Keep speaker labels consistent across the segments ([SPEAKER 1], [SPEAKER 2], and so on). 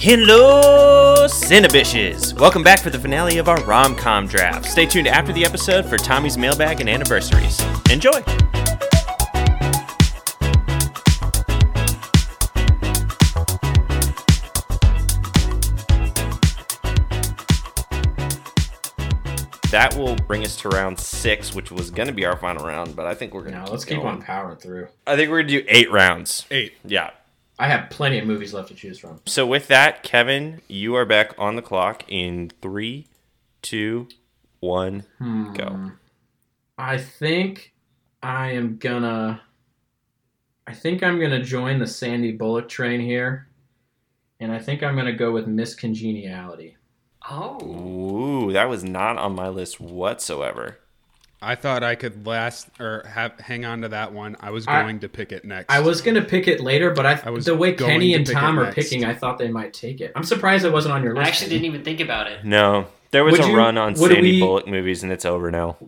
[SPEAKER 1] Hello, Cinebishes! Welcome back for the finale of our rom com draft. Stay tuned after the episode for Tommy's mailbag and anniversaries. Enjoy! That will bring us to round six, which was going to be our final round, but I think we're going to.
[SPEAKER 2] No, let's keep on powering through.
[SPEAKER 1] I think we're going to do eight rounds.
[SPEAKER 3] Eight.
[SPEAKER 1] Yeah.
[SPEAKER 2] I have plenty of movies left to choose from.
[SPEAKER 1] So with that, Kevin, you are back on the clock in three, two, one,
[SPEAKER 3] Hmm.
[SPEAKER 1] go.
[SPEAKER 2] Hmm. I think I am gonna. I think I'm gonna join the Sandy Bullock train here, and I think I'm gonna go with Miss Congeniality.
[SPEAKER 4] Oh.
[SPEAKER 1] Ooh, that was not on my list whatsoever.
[SPEAKER 3] I thought I could last or have hang on to that one. I was
[SPEAKER 2] I-
[SPEAKER 3] going to pick it next.
[SPEAKER 2] I was gonna pick it later, but I,
[SPEAKER 3] I was
[SPEAKER 2] the way
[SPEAKER 3] going
[SPEAKER 2] Kenny
[SPEAKER 3] to
[SPEAKER 2] and
[SPEAKER 3] pick it
[SPEAKER 2] Tom are
[SPEAKER 3] next.
[SPEAKER 2] picking, I thought they might take it. I'm surprised it wasn't on your
[SPEAKER 4] I
[SPEAKER 2] list.
[SPEAKER 4] actually didn't even think about it.
[SPEAKER 1] No, there was
[SPEAKER 2] Would
[SPEAKER 1] a
[SPEAKER 2] you-
[SPEAKER 1] run on
[SPEAKER 2] would
[SPEAKER 1] Sandy
[SPEAKER 2] we-
[SPEAKER 1] Bullock movies, and it's over now.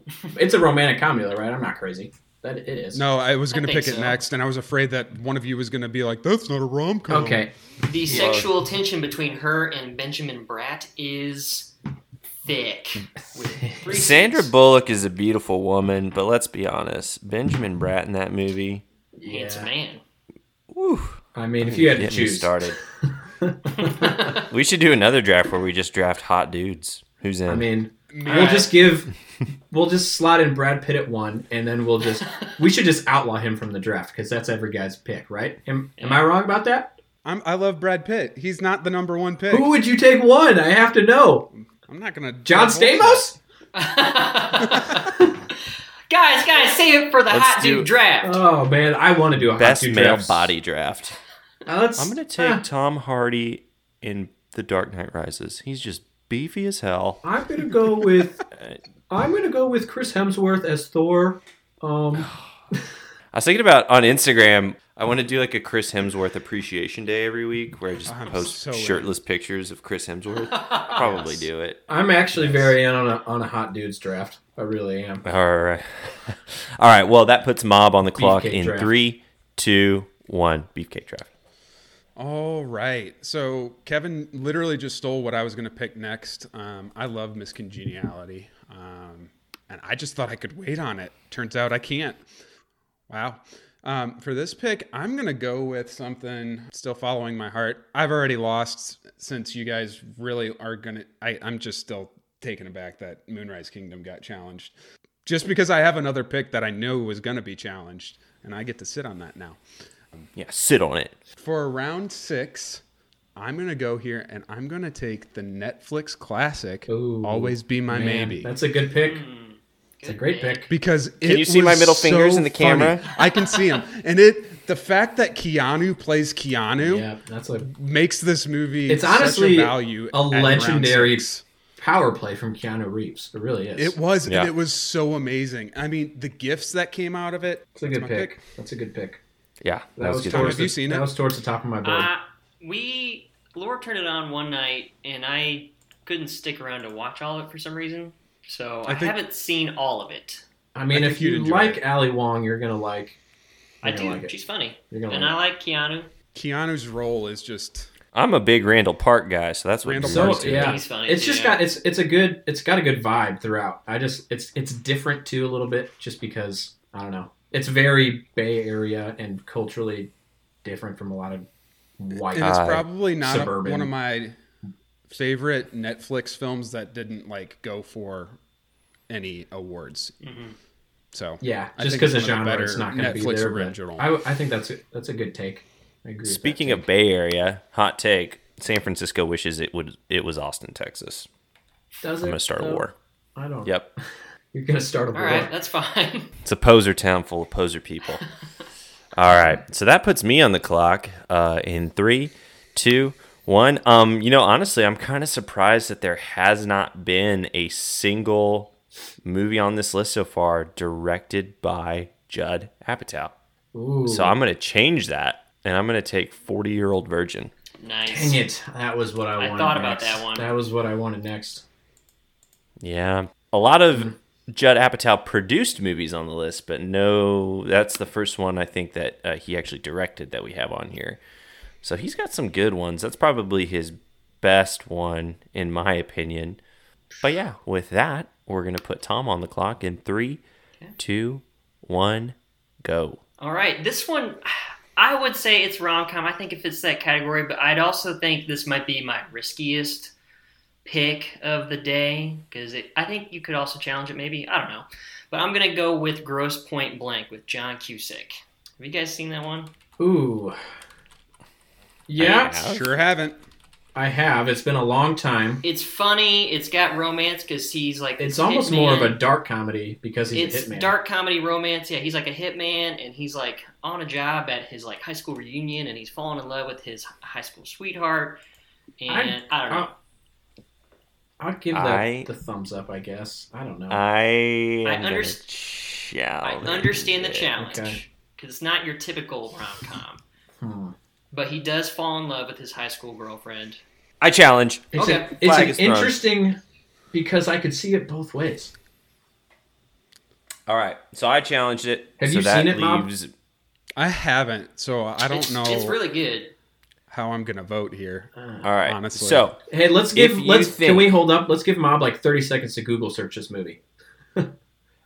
[SPEAKER 2] It's a romantic comedy, though, right? I'm not crazy. That it is.
[SPEAKER 3] No, I was
[SPEAKER 4] I
[SPEAKER 3] going to
[SPEAKER 4] think
[SPEAKER 3] pick it
[SPEAKER 4] so.
[SPEAKER 3] next, and I was afraid that one of you was going to be like, "That's not a rom com."
[SPEAKER 2] Okay.
[SPEAKER 4] The sexual tension between her and Benjamin Bratt is thick. With three
[SPEAKER 1] Sandra
[SPEAKER 4] C's.
[SPEAKER 1] Bullock is a beautiful woman, but let's be honest, Benjamin Bratt in that movie.
[SPEAKER 4] Handsome
[SPEAKER 2] Yeah.
[SPEAKER 4] man.
[SPEAKER 1] Whew,
[SPEAKER 2] I mean, if you had to
[SPEAKER 1] get me
[SPEAKER 2] choose,
[SPEAKER 1] started. we should do another draft where we just draft hot dudes. Who's in?
[SPEAKER 2] I mean, we'll
[SPEAKER 4] Alright.
[SPEAKER 2] just give, we'll just slot in Brad Pitt at one, and then we'll just, we should just outlaw him from the draft because that's every guy's pick, right? Am, am I wrong about that?
[SPEAKER 3] I'm, I love Brad Pitt. He's not the number one pick.
[SPEAKER 2] Who would you take one? I have to know.
[SPEAKER 3] I'm not going to.
[SPEAKER 2] John Stamos?
[SPEAKER 4] guys, guys, save it for the
[SPEAKER 1] Let's
[SPEAKER 4] hot
[SPEAKER 1] do-
[SPEAKER 4] dude draft.
[SPEAKER 2] Oh man, I want to do a
[SPEAKER 1] Best
[SPEAKER 2] hot
[SPEAKER 1] male
[SPEAKER 2] dude
[SPEAKER 1] body draft.
[SPEAKER 2] Let's,
[SPEAKER 1] I'm gonna take
[SPEAKER 2] huh.
[SPEAKER 1] Tom Hardy in The Dark Knight Rises. He's just beefy as hell.
[SPEAKER 2] I'm gonna go with. I'm gonna go with Chris Hemsworth as Thor. Um,
[SPEAKER 1] I was thinking about on Instagram. I want to do like a Chris Hemsworth appreciation day every week, where I just
[SPEAKER 3] I'm
[SPEAKER 1] post
[SPEAKER 3] so in.
[SPEAKER 1] shirtless pictures of Chris Hemsworth. Probably do it.
[SPEAKER 2] I'm actually very in on a on a hot dudes draft. I really am.
[SPEAKER 1] All right, all right. Well, that puts Mob on the clock
[SPEAKER 2] Beefcake
[SPEAKER 1] in
[SPEAKER 2] draft.
[SPEAKER 1] three, two, one. Beefcake draft.
[SPEAKER 3] All right. So Kevin literally just stole what I was going to pick next. Um, I love Miss Congeniality. Um, and I just thought I could wait on it. Turns out I can't. Wow. Um, for this pick, I'm going to go with something still following my heart. I've already lost since you guys really are going to. I'm just still taken aback that Moonrise Kingdom got challenged. Just because I have another pick that I knew was going to be challenged, and I get to sit on that now
[SPEAKER 1] Yeah, sit on it.
[SPEAKER 3] for round six, I'm gonna go here and I'm gonna take the Netflix classic
[SPEAKER 2] Ooh,
[SPEAKER 3] "Always Be My
[SPEAKER 2] Man,
[SPEAKER 3] Maybe" Hmm.
[SPEAKER 2] That's a good pick. It's a great pick.
[SPEAKER 3] because it
[SPEAKER 1] you see
[SPEAKER 3] was
[SPEAKER 1] my middle fingers
[SPEAKER 3] so
[SPEAKER 1] in the
[SPEAKER 3] funny.
[SPEAKER 1] camera?
[SPEAKER 3] I can see them, and it the fact that Keanu plays Keanu
[SPEAKER 2] Yeah, that's a
[SPEAKER 3] makes this movie
[SPEAKER 2] It's
[SPEAKER 3] such
[SPEAKER 2] honestly
[SPEAKER 3] a value
[SPEAKER 2] a
[SPEAKER 3] at round
[SPEAKER 2] legendary-
[SPEAKER 3] six.
[SPEAKER 2] power play from Keanu Reeves. It really is.
[SPEAKER 3] It was
[SPEAKER 1] Yeah.
[SPEAKER 3] and it was so amazing. I mean, the gifts that came out of it.
[SPEAKER 2] It's a good
[SPEAKER 3] my
[SPEAKER 2] pick. That's a good pick.
[SPEAKER 1] Yeah, that,
[SPEAKER 2] That,
[SPEAKER 1] was,
[SPEAKER 2] was,
[SPEAKER 1] good.
[SPEAKER 2] towards
[SPEAKER 3] Have
[SPEAKER 2] the,
[SPEAKER 3] you seen
[SPEAKER 2] that
[SPEAKER 3] it?
[SPEAKER 2] was towards the top of my board.
[SPEAKER 4] Uh, we Laura turned it on one night, and I couldn't stick around to watch all of it for some reason. So I,
[SPEAKER 3] I think-
[SPEAKER 4] haven't seen all of it.
[SPEAKER 2] I mean,
[SPEAKER 3] I
[SPEAKER 2] if
[SPEAKER 3] think you'd
[SPEAKER 2] you
[SPEAKER 3] enjoy
[SPEAKER 2] like
[SPEAKER 3] it.
[SPEAKER 2] Ali Wong, you're gonna like.
[SPEAKER 4] I
[SPEAKER 2] You're
[SPEAKER 4] do.
[SPEAKER 2] gonna like it.
[SPEAKER 4] She's funny,
[SPEAKER 2] You're gonna
[SPEAKER 4] and I
[SPEAKER 2] like.
[SPEAKER 4] like Keanu.
[SPEAKER 3] Keanu's role is just
[SPEAKER 1] I'm a big Randall Park guy, so that's what
[SPEAKER 3] Randall
[SPEAKER 1] drew
[SPEAKER 2] So
[SPEAKER 1] me
[SPEAKER 3] Park's
[SPEAKER 1] to it.
[SPEAKER 2] yeah,
[SPEAKER 4] He's funny,
[SPEAKER 2] it's just
[SPEAKER 4] yeah.
[SPEAKER 2] got it's it's a good it's got a good vibe throughout. I just it's it's different too a little bit just because I don't know. It's very Bay Area and culturally different from a lot of white.
[SPEAKER 3] and it's
[SPEAKER 1] Uh,
[SPEAKER 3] probably not a-
[SPEAKER 2] suburban.
[SPEAKER 3] one of my favorite Netflix films that didn't like go for any awards. So
[SPEAKER 2] yeah,
[SPEAKER 3] I
[SPEAKER 2] just
[SPEAKER 3] think
[SPEAKER 2] because the
[SPEAKER 3] it's one of the
[SPEAKER 2] genre,
[SPEAKER 3] better
[SPEAKER 2] it's not going to be
[SPEAKER 3] Netflix
[SPEAKER 2] there. but
[SPEAKER 3] original.
[SPEAKER 2] I, I think that's a, that's a good take. I agree. with that
[SPEAKER 1] Speaking
[SPEAKER 2] take.
[SPEAKER 1] of Bay Area, hot take. San Francisco wishes it would it was Austin, Texas.
[SPEAKER 2] Does
[SPEAKER 1] I'm
[SPEAKER 2] it,
[SPEAKER 1] gonna start a
[SPEAKER 2] though?
[SPEAKER 1] war.
[SPEAKER 2] I don't.
[SPEAKER 1] Yep.
[SPEAKER 2] You're gonna start a war.
[SPEAKER 4] All right, that's fine.
[SPEAKER 1] It's a poser town full of poser people. All right, so that puts me on the clock uh, in three, two, one. Um, you know, honestly, I'm kind of surprised that there has not been a single movie on this list so far directed by Judd Apatow.
[SPEAKER 2] Ooh,
[SPEAKER 1] So I'm gonna change that, and I'm gonna take Forty Year Old Virgin.
[SPEAKER 4] Nice.
[SPEAKER 2] dang it! That was what I
[SPEAKER 4] I
[SPEAKER 2] wanted.
[SPEAKER 4] thought about
[SPEAKER 2] next.
[SPEAKER 4] that one.
[SPEAKER 2] That was what I wanted next.
[SPEAKER 1] Yeah, a lot of
[SPEAKER 4] Mm-hmm.
[SPEAKER 1] Judd Apatow produced movies on the list, but no, that's the first one I think that uh, he actually directed that we have on here. So he's got some good ones. That's probably his best one, in my opinion. But yeah, with that, we're going to put Tom on the clock in three, two, one, go.
[SPEAKER 4] All right, this one, I would say it's rom com. I think it fits that category, but I'd also think this might be my riskiest pick of the day because I think you could also challenge it. Maybe I don't know, but I'm gonna go with Gross Point Blank with John Cusick. Have you guys seen that one?
[SPEAKER 2] Ooh. Yeah,
[SPEAKER 1] Yeah.
[SPEAKER 3] Sure haven't.
[SPEAKER 2] I have. It's been a long time.
[SPEAKER 4] It's funny. It's got romance because he's like
[SPEAKER 2] It's
[SPEAKER 4] this
[SPEAKER 2] almost more of
[SPEAKER 4] hitman.
[SPEAKER 2] a dark comedy because he's
[SPEAKER 4] it's
[SPEAKER 2] a hitman.
[SPEAKER 4] dark comedy romance. Yeah, he's like a hitman, and he's like on a job at his like high school reunion, and he's fallen in love with his high school sweetheart. And I,
[SPEAKER 2] I-
[SPEAKER 4] don't know.
[SPEAKER 2] Uh, I'll give that
[SPEAKER 1] I-
[SPEAKER 2] the thumbs up, I guess. I don't know.
[SPEAKER 1] I am
[SPEAKER 4] I
[SPEAKER 1] I
[SPEAKER 4] underst- I
[SPEAKER 1] understand.
[SPEAKER 4] understand the challenge because
[SPEAKER 2] Okay.
[SPEAKER 4] it's not your typical rom com,
[SPEAKER 2] Hmm.
[SPEAKER 4] but he does fall in love with his high school girlfriend.
[SPEAKER 1] I challenge.
[SPEAKER 2] It's,
[SPEAKER 4] Okay.
[SPEAKER 2] an, it's
[SPEAKER 1] Flag
[SPEAKER 2] an
[SPEAKER 1] is thrown.
[SPEAKER 2] interesting because I could see it both ways.
[SPEAKER 1] All right, so I challenged it.
[SPEAKER 2] Have
[SPEAKER 1] so
[SPEAKER 2] you
[SPEAKER 1] that
[SPEAKER 2] seen it, Mom?
[SPEAKER 1] leaves,
[SPEAKER 3] I haven't, so I don't
[SPEAKER 4] it's,
[SPEAKER 3] know
[SPEAKER 4] It's really good.
[SPEAKER 3] how I'm gonna vote here.
[SPEAKER 1] All right,
[SPEAKER 3] Honestly.
[SPEAKER 1] so
[SPEAKER 2] Hey, let's
[SPEAKER 1] If
[SPEAKER 2] give
[SPEAKER 1] you
[SPEAKER 2] let's
[SPEAKER 1] think-
[SPEAKER 2] can we hold up? Let's give Mob like thirty seconds to Google search this movie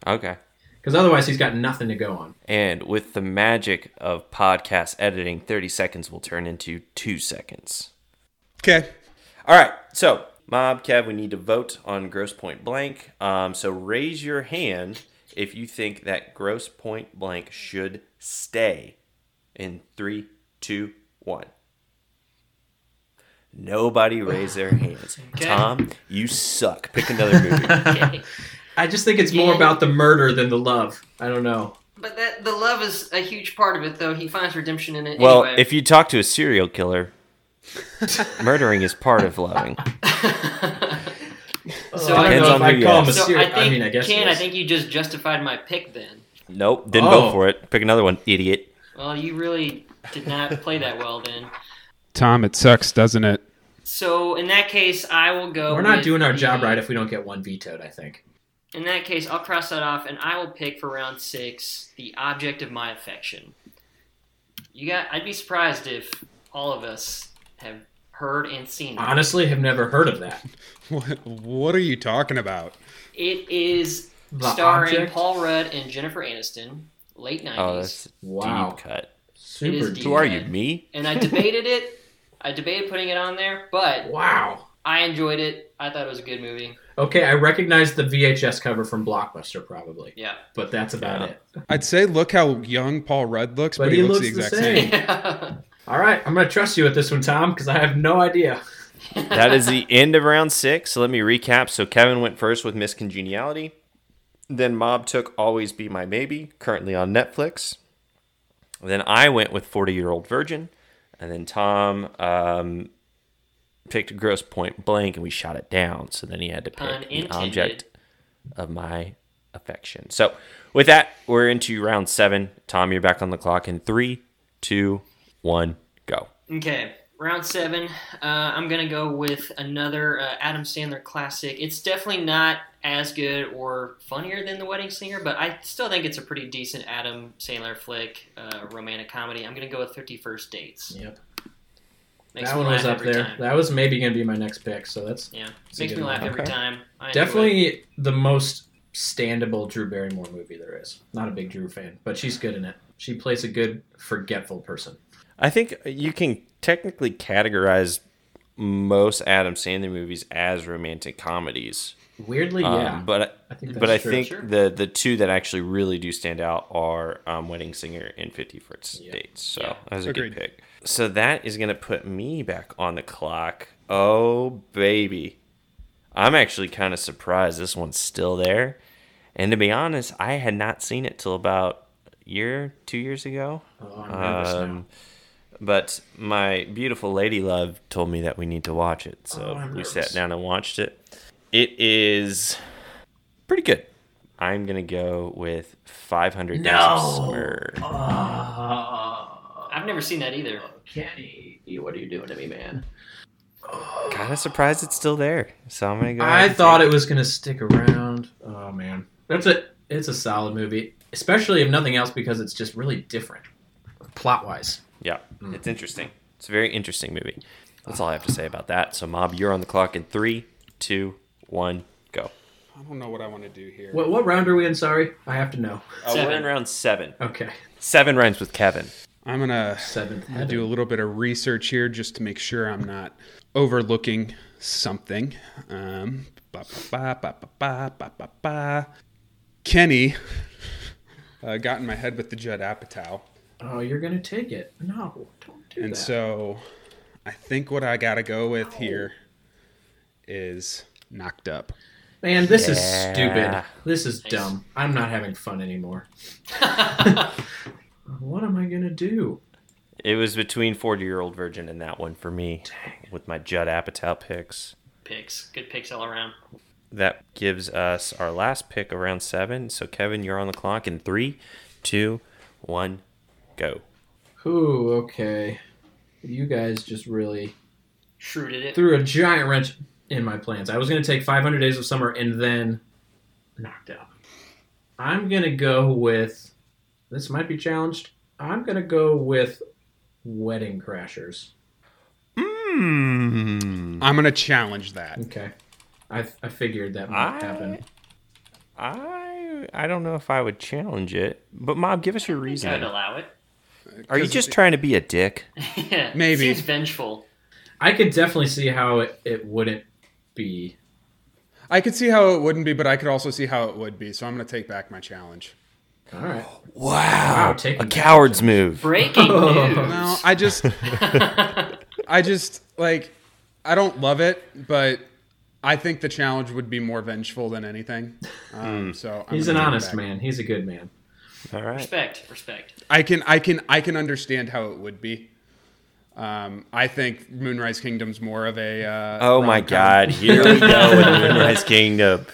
[SPEAKER 1] okay,
[SPEAKER 2] because otherwise he's got nothing to go on.
[SPEAKER 1] and with the magic of podcast editing, thirty seconds will turn into two seconds.
[SPEAKER 3] Okay.
[SPEAKER 1] All right, so Mob Kev, we need to vote on Gross Point Blank. Um, so raise your hand if you think that Gross Point Blank should stay. In three, two, one. Nobody raise their hands.
[SPEAKER 4] Okay.
[SPEAKER 1] Tom, you suck. Pick another movie.
[SPEAKER 4] Okay.
[SPEAKER 2] I just think it's more
[SPEAKER 4] Yeah.
[SPEAKER 2] about the murder than the love. I don't know.
[SPEAKER 4] but that the love is a huge part of it, though. He finds redemption in it.
[SPEAKER 1] Well,
[SPEAKER 4] anyway.
[SPEAKER 1] if you talk to a serial killer, murdering is part of loving.
[SPEAKER 4] So
[SPEAKER 2] I don't
[SPEAKER 1] Depends
[SPEAKER 2] know
[SPEAKER 1] on
[SPEAKER 2] if I
[SPEAKER 1] who you
[SPEAKER 2] call him a
[SPEAKER 4] Oh. so
[SPEAKER 2] serial.
[SPEAKER 4] I
[SPEAKER 2] I,
[SPEAKER 4] think
[SPEAKER 2] mean, I guess
[SPEAKER 4] Ken,
[SPEAKER 2] he
[SPEAKER 4] I
[SPEAKER 2] is.
[SPEAKER 4] think you just justified my pick then.
[SPEAKER 1] Nope, didn't
[SPEAKER 2] Oh.
[SPEAKER 1] vote for it. Pick another one, idiot.
[SPEAKER 4] Well, you really did not play that well then.
[SPEAKER 3] Tom, it sucks, doesn't it?
[SPEAKER 4] So in that case, I will go.
[SPEAKER 2] we're not
[SPEAKER 4] with
[SPEAKER 2] doing our
[SPEAKER 4] the-
[SPEAKER 2] job right if we don't get one vetoed. I think.
[SPEAKER 4] In that case, I'll cross that off, and I will pick for round six the object of my affection. You got? I'd be surprised if all of us have heard and seen it.
[SPEAKER 2] Honestly, have never heard of that.
[SPEAKER 3] What, what are you talking about?
[SPEAKER 4] It is
[SPEAKER 2] The
[SPEAKER 4] starring
[SPEAKER 2] Object?
[SPEAKER 4] Paul Rudd and Jennifer Aniston, late
[SPEAKER 1] Oh,
[SPEAKER 4] nineties.
[SPEAKER 1] that's a
[SPEAKER 2] Wow,
[SPEAKER 1] deep cut.
[SPEAKER 4] It is
[SPEAKER 2] super
[SPEAKER 4] deep.
[SPEAKER 2] deep.
[SPEAKER 1] Who are you, me?
[SPEAKER 4] and I debated it. I debated putting it on there, but
[SPEAKER 2] Wow.
[SPEAKER 4] I enjoyed it. I thought it was a good movie.
[SPEAKER 2] Okay, I recognize the VHS cover from Blockbuster probably,
[SPEAKER 4] Yeah.
[SPEAKER 2] but that's about
[SPEAKER 1] Yeah.
[SPEAKER 2] it.
[SPEAKER 3] I'd say look how young Paul Rudd looks, but, he, looks, the exact same.
[SPEAKER 2] All right, I'm gonna trust you with this one, Tom, because I have no idea.
[SPEAKER 1] that is the end of round six. So let me recap. So Kevin went first with Miss Congeniality. Then Mob took Always Be My Baby, currently on Netflix. Then I went with 40 Year Old Virgin. And then Tom um, picked Gross Point Blank and we shot it down. So then he had to pick
[SPEAKER 4] Pun
[SPEAKER 1] the
[SPEAKER 4] intended.
[SPEAKER 1] object of my affection. So with that, we're into round seven. Tom, you're back on the clock in three, two, one, go.
[SPEAKER 4] Okay, round seven. Uh, I'm gonna go with another uh, Adam Sandler classic. It's definitely not as good or funnier than The Wedding Singer, but I still think it's a pretty decent Adam Sandler flick, uh, romantic comedy. I'm gonna go with Thirty First Dates.
[SPEAKER 2] Yep,
[SPEAKER 4] Makes
[SPEAKER 2] that
[SPEAKER 4] me
[SPEAKER 2] one was
[SPEAKER 4] laugh
[SPEAKER 2] up
[SPEAKER 4] every
[SPEAKER 2] there.
[SPEAKER 4] time.
[SPEAKER 2] That was maybe gonna be my next pick. So that's
[SPEAKER 4] Yeah,
[SPEAKER 2] It's a
[SPEAKER 4] makes
[SPEAKER 2] good
[SPEAKER 4] me laugh
[SPEAKER 2] one.
[SPEAKER 4] every
[SPEAKER 1] Okay.
[SPEAKER 4] time. I enjoy it.
[SPEAKER 2] definitely the most standable Drew Barrymore movie there is. Not a big Drew fan, but she's good in it. She plays a good forgetful person.
[SPEAKER 1] I think you can technically categorize most Adam Sandler movies as romantic comedies.
[SPEAKER 2] Weirdly,
[SPEAKER 1] Um,
[SPEAKER 2] yeah.
[SPEAKER 1] But
[SPEAKER 2] I think that's
[SPEAKER 1] but I
[SPEAKER 2] true.
[SPEAKER 1] think
[SPEAKER 4] Sure.
[SPEAKER 1] the the two that actually really do stand out are um, Wedding Singer and Fifty First
[SPEAKER 2] Yeah.
[SPEAKER 1] Dates. So
[SPEAKER 4] Yeah.
[SPEAKER 1] that was a
[SPEAKER 3] Agreed.
[SPEAKER 1] good pick. So that is gonna put me back on the clock. Oh baby, I'm actually kind of surprised this one's still there. And to be honest, I had not seen it till about a year, two years ago.
[SPEAKER 2] oh, I'm nervous now.
[SPEAKER 1] Um, but my beautiful lady love told me that we need to watch it,
[SPEAKER 2] Oh,
[SPEAKER 1] so
[SPEAKER 2] I'm
[SPEAKER 1] we
[SPEAKER 2] nervous.
[SPEAKER 1] sat down and watched it. It is pretty good. I'm gonna go with 500 Days of
[SPEAKER 2] No.
[SPEAKER 1] Summer.
[SPEAKER 2] Oh,
[SPEAKER 4] I've never seen that either.
[SPEAKER 2] Kenny, you- what are you doing to me, man?
[SPEAKER 1] Kind of surprised it's still there, so I'm gonna go.
[SPEAKER 2] I thought it was gonna stick around. Oh man, that's a it's a solid movie, especially if nothing else because it's just really different plot wise. Hmm.
[SPEAKER 1] Yeah, it's interesting. It's a very interesting movie. That's all I have to say about that. So, Mob, you're on the clock in three, two, one, go.
[SPEAKER 3] I don't know what I want to do here.
[SPEAKER 2] What, what round are we in? Sorry, I have to know.
[SPEAKER 1] Uh, we're
[SPEAKER 4] Seven.
[SPEAKER 1] in round seven.
[SPEAKER 2] Okay,
[SPEAKER 1] Seven rhymes with Kevin.
[SPEAKER 3] I'm gonna
[SPEAKER 2] seventh.
[SPEAKER 3] I do a little bit of research here just to make sure I'm not overlooking something. Um, ba, ba, ba, ba, ba, ba, ba, ba. Kenny uh, got in my head with the Judd Apatow,
[SPEAKER 2] Oh, you're gonna take it? No, don't do
[SPEAKER 3] and
[SPEAKER 2] that.
[SPEAKER 3] so I think what I gotta go with here is knocked up.
[SPEAKER 2] Man, this is
[SPEAKER 1] Yeah.
[SPEAKER 2] stupid. This is dumb. I'm not having fun anymore. what am I gonna do?
[SPEAKER 1] It was between 40 year old virgin and that one for me with my Judd Apatow picks.
[SPEAKER 4] Picks. Good picks all around.
[SPEAKER 1] That gives us our last pick around seven. So, Kevin, you're on the clock in three, two, one, go.
[SPEAKER 2] Ooh, okay. You guys just really
[SPEAKER 4] Shrewded it.
[SPEAKER 2] threw a giant wrench in my plans. I was gonna take 500 Days of Summer and then knocked out. I'm gonna go with. This might be challenged. I'm gonna go with Wedding Crashers.
[SPEAKER 1] Mmm.
[SPEAKER 3] I'm gonna challenge that.
[SPEAKER 2] Okay. I, I figured that might
[SPEAKER 1] I,
[SPEAKER 2] happen.
[SPEAKER 1] I, I don't know if I would challenge it, but Mob, give us your
[SPEAKER 4] I'd
[SPEAKER 1] reason.
[SPEAKER 4] allow it.
[SPEAKER 1] Are you
[SPEAKER 3] 'Cause
[SPEAKER 1] just trying to be a dick?
[SPEAKER 4] yeah.
[SPEAKER 3] Maybe.
[SPEAKER 4] Seems vengeful.
[SPEAKER 2] I could definitely see how it, it wouldn't be
[SPEAKER 3] I could see how it wouldn't be, but I could also see how it would be. So I'm gonna take back my challenge.
[SPEAKER 2] All right.
[SPEAKER 3] Oh,
[SPEAKER 1] Wow.
[SPEAKER 2] Wow, taking
[SPEAKER 1] a
[SPEAKER 2] that
[SPEAKER 1] coward's move.
[SPEAKER 4] Breaking
[SPEAKER 2] Oh.
[SPEAKER 4] news.
[SPEAKER 3] No, I just, I just like, I don't love it, but I think the challenge would be more vengeful than anything.
[SPEAKER 1] Hmm.
[SPEAKER 3] Um, so I'm
[SPEAKER 2] He's an
[SPEAKER 3] gonna take it
[SPEAKER 2] honest
[SPEAKER 3] back.
[SPEAKER 2] man. He's a good man.
[SPEAKER 1] All right.
[SPEAKER 4] Respect. Respect.
[SPEAKER 3] I can, I can, I can understand how it would be. Um, I think Moonrise Kingdom's more of a. Uh,
[SPEAKER 1] Oh my
[SPEAKER 3] rom-com.
[SPEAKER 1] God! Here we go with Moonrise Kingdom.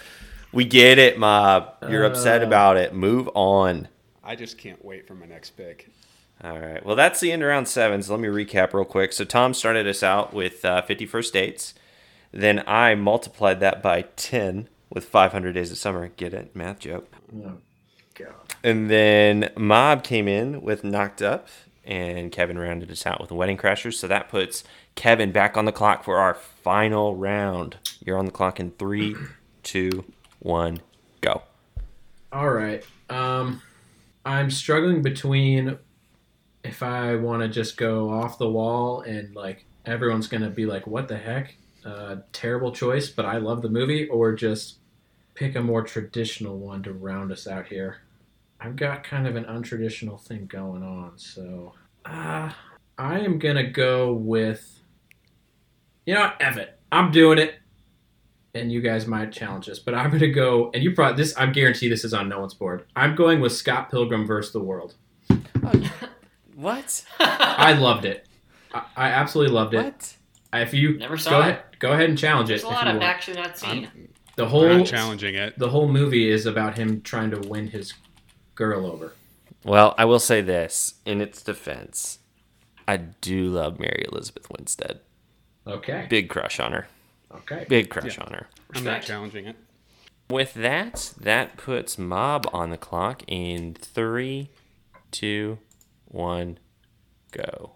[SPEAKER 1] We get it, Mob. You're upset
[SPEAKER 2] Uh.
[SPEAKER 1] about it. Move on.
[SPEAKER 3] I just can't wait for my next pick.
[SPEAKER 1] All right. Well, that's the end of round seven. So let me recap real quick. So Tom started us out with uh, 51st dates. Then I multiplied that by 10 with 500 days of summer. Get it? Math joke.
[SPEAKER 2] Oh, God.
[SPEAKER 1] And then Mob came in with Knocked Up, and Kevin rounded us out with Wedding Crashers. So that puts Kevin back on the clock for our final round. You're on the clock in three, two, one, go.
[SPEAKER 2] All right. Um, I'm struggling between if I want to just go off the wall and like everyone's gonna be like, "What the heck? Uh, terrible choice," but I love the movie, or just pick a more traditional one to round us out here. I've got kind of an untraditional thing going on, so uh, I am gonna go with. You know, what? Ev it. I'm doing it and you guys might challenge us, but I'm going to go, and you probably this. I'm guarantee this is on no one's board. I'm going with Scott Pilgrim versus the World.
[SPEAKER 1] What?
[SPEAKER 2] I loved it. I, I absolutely loved it.
[SPEAKER 1] What?
[SPEAKER 2] If you
[SPEAKER 4] Never saw
[SPEAKER 2] go
[SPEAKER 4] it.
[SPEAKER 2] ahead, go ahead and challenge
[SPEAKER 4] There's
[SPEAKER 2] it.
[SPEAKER 4] a
[SPEAKER 2] if
[SPEAKER 4] lot
[SPEAKER 2] you
[SPEAKER 4] I've
[SPEAKER 2] want.
[SPEAKER 4] actually not seen.
[SPEAKER 2] The
[SPEAKER 3] We're
[SPEAKER 2] whole
[SPEAKER 3] not challenging it.
[SPEAKER 2] the whole movie is about him trying to win his girl over.
[SPEAKER 1] Well, I will say this in its defense, I do love Mary Elizabeth Winstead.
[SPEAKER 2] Okay.
[SPEAKER 1] Big crush on her.
[SPEAKER 2] Okay.
[SPEAKER 1] Big crush on her.
[SPEAKER 3] I'm not
[SPEAKER 4] Respect.
[SPEAKER 3] challenging it.
[SPEAKER 1] With that, that puts Mob on the clock in three, two, one, go.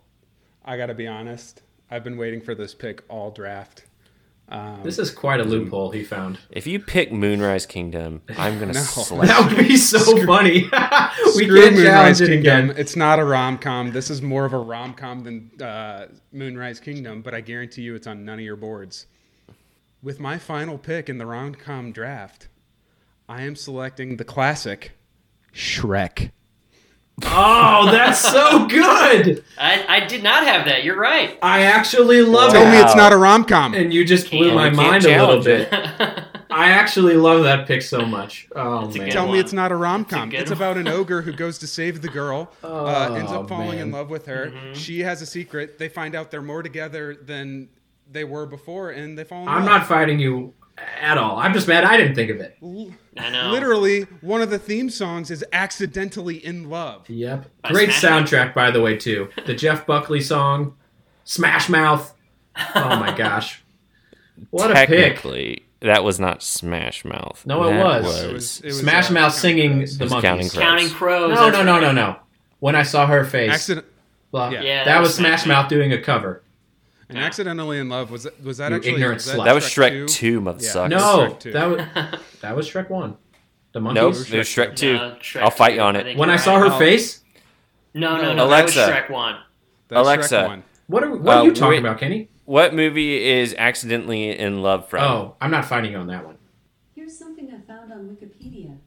[SPEAKER 3] I gotta be honest. I've been waiting for this pick all draft. Um,
[SPEAKER 2] This is quite a loophole he found.
[SPEAKER 1] If you pick Moonrise Kingdom, I'm gonna
[SPEAKER 3] No.
[SPEAKER 1] slap.
[SPEAKER 2] That would be so funny. we
[SPEAKER 3] Screw
[SPEAKER 2] can't challenge it again.
[SPEAKER 3] It's not a rom com. This is more of a rom com than uh, Moonrise Kingdom, but I guarantee you it's on none of your boards. With my final pick in the rom com draft, I am selecting the classic Shrek.
[SPEAKER 2] Oh, that's so good.
[SPEAKER 4] I, I did not have that. You're right.
[SPEAKER 2] I actually love
[SPEAKER 3] Tell
[SPEAKER 2] it.
[SPEAKER 3] me it's
[SPEAKER 1] Wow.
[SPEAKER 3] not a rom com.
[SPEAKER 2] And you just blew
[SPEAKER 4] Can't-
[SPEAKER 2] my
[SPEAKER 1] we can't
[SPEAKER 2] mind a little
[SPEAKER 1] challenge
[SPEAKER 2] bit.
[SPEAKER 1] it.
[SPEAKER 2] I actually love that pick so much. Oh
[SPEAKER 4] a
[SPEAKER 2] man.
[SPEAKER 4] good
[SPEAKER 3] Tell
[SPEAKER 4] one.
[SPEAKER 3] me it's not a rom com.
[SPEAKER 4] It's a good
[SPEAKER 3] It's about an ogre who goes to save the girl, uh, ends
[SPEAKER 2] Oh,
[SPEAKER 3] up falling
[SPEAKER 2] man. Mm-hmm.
[SPEAKER 3] in love with her. She has a secret. They find out they're more together than they were before, and they fall in
[SPEAKER 2] I'm
[SPEAKER 3] love.
[SPEAKER 2] not fighting you at all. I'm just mad I didn't think of it.
[SPEAKER 4] I know.
[SPEAKER 3] Literally, one of the theme songs is accidentally in love.
[SPEAKER 2] Yep.
[SPEAKER 4] By
[SPEAKER 2] Great
[SPEAKER 4] Smash
[SPEAKER 2] soundtrack by the way too. The Jeff Buckley song, Smash Mouth. Oh my gosh. What a pick.
[SPEAKER 1] Technically, that was not Smash Mouth.
[SPEAKER 2] No, it
[SPEAKER 1] That
[SPEAKER 2] was.
[SPEAKER 3] It was- it was,
[SPEAKER 2] Smash
[SPEAKER 3] uh,
[SPEAKER 2] Mouth
[SPEAKER 3] Counting
[SPEAKER 2] singing
[SPEAKER 3] Crows.
[SPEAKER 2] the
[SPEAKER 1] was Counting
[SPEAKER 2] monkeys.
[SPEAKER 1] Crows.
[SPEAKER 4] Counting crows.
[SPEAKER 2] No,
[SPEAKER 4] that's
[SPEAKER 2] no, no,
[SPEAKER 4] right.
[SPEAKER 2] no, no. When I saw her face,
[SPEAKER 3] Accident.
[SPEAKER 2] blah,
[SPEAKER 3] Yeah.
[SPEAKER 4] Yeah,
[SPEAKER 2] that was Smash Mouth doing a cover.
[SPEAKER 3] And accidentally in love was that, was that
[SPEAKER 2] You
[SPEAKER 3] actually
[SPEAKER 2] ignorant
[SPEAKER 3] was that,
[SPEAKER 2] slut.
[SPEAKER 1] That was
[SPEAKER 3] Shrek
[SPEAKER 1] Shrek
[SPEAKER 3] 2?
[SPEAKER 1] Two, mother
[SPEAKER 3] Yeah.
[SPEAKER 1] suckers.
[SPEAKER 2] No,
[SPEAKER 3] Shrek two.
[SPEAKER 2] that was that was Shrek one. The
[SPEAKER 1] nope,
[SPEAKER 2] monkeys.
[SPEAKER 1] it was Shrek Two.
[SPEAKER 4] No, Shrek
[SPEAKER 1] I'll fight
[SPEAKER 4] two,
[SPEAKER 1] you on
[SPEAKER 4] I
[SPEAKER 1] it.
[SPEAKER 4] think.
[SPEAKER 2] When I
[SPEAKER 4] Right.
[SPEAKER 2] saw her
[SPEAKER 3] Oh.
[SPEAKER 2] face,
[SPEAKER 4] No, no,
[SPEAKER 3] No.
[SPEAKER 4] no.
[SPEAKER 1] Alexa.
[SPEAKER 4] That was Shrek one.
[SPEAKER 3] That's
[SPEAKER 1] Alexa.
[SPEAKER 3] Shrek one.
[SPEAKER 2] what are, what
[SPEAKER 1] Uh,
[SPEAKER 2] are you talking
[SPEAKER 1] wait.
[SPEAKER 2] about, Kenny?
[SPEAKER 1] What movie is accidentally in love from?
[SPEAKER 2] Oh, I'm not fighting you on that one.
[SPEAKER 5] Here's something I found on Wikipedia.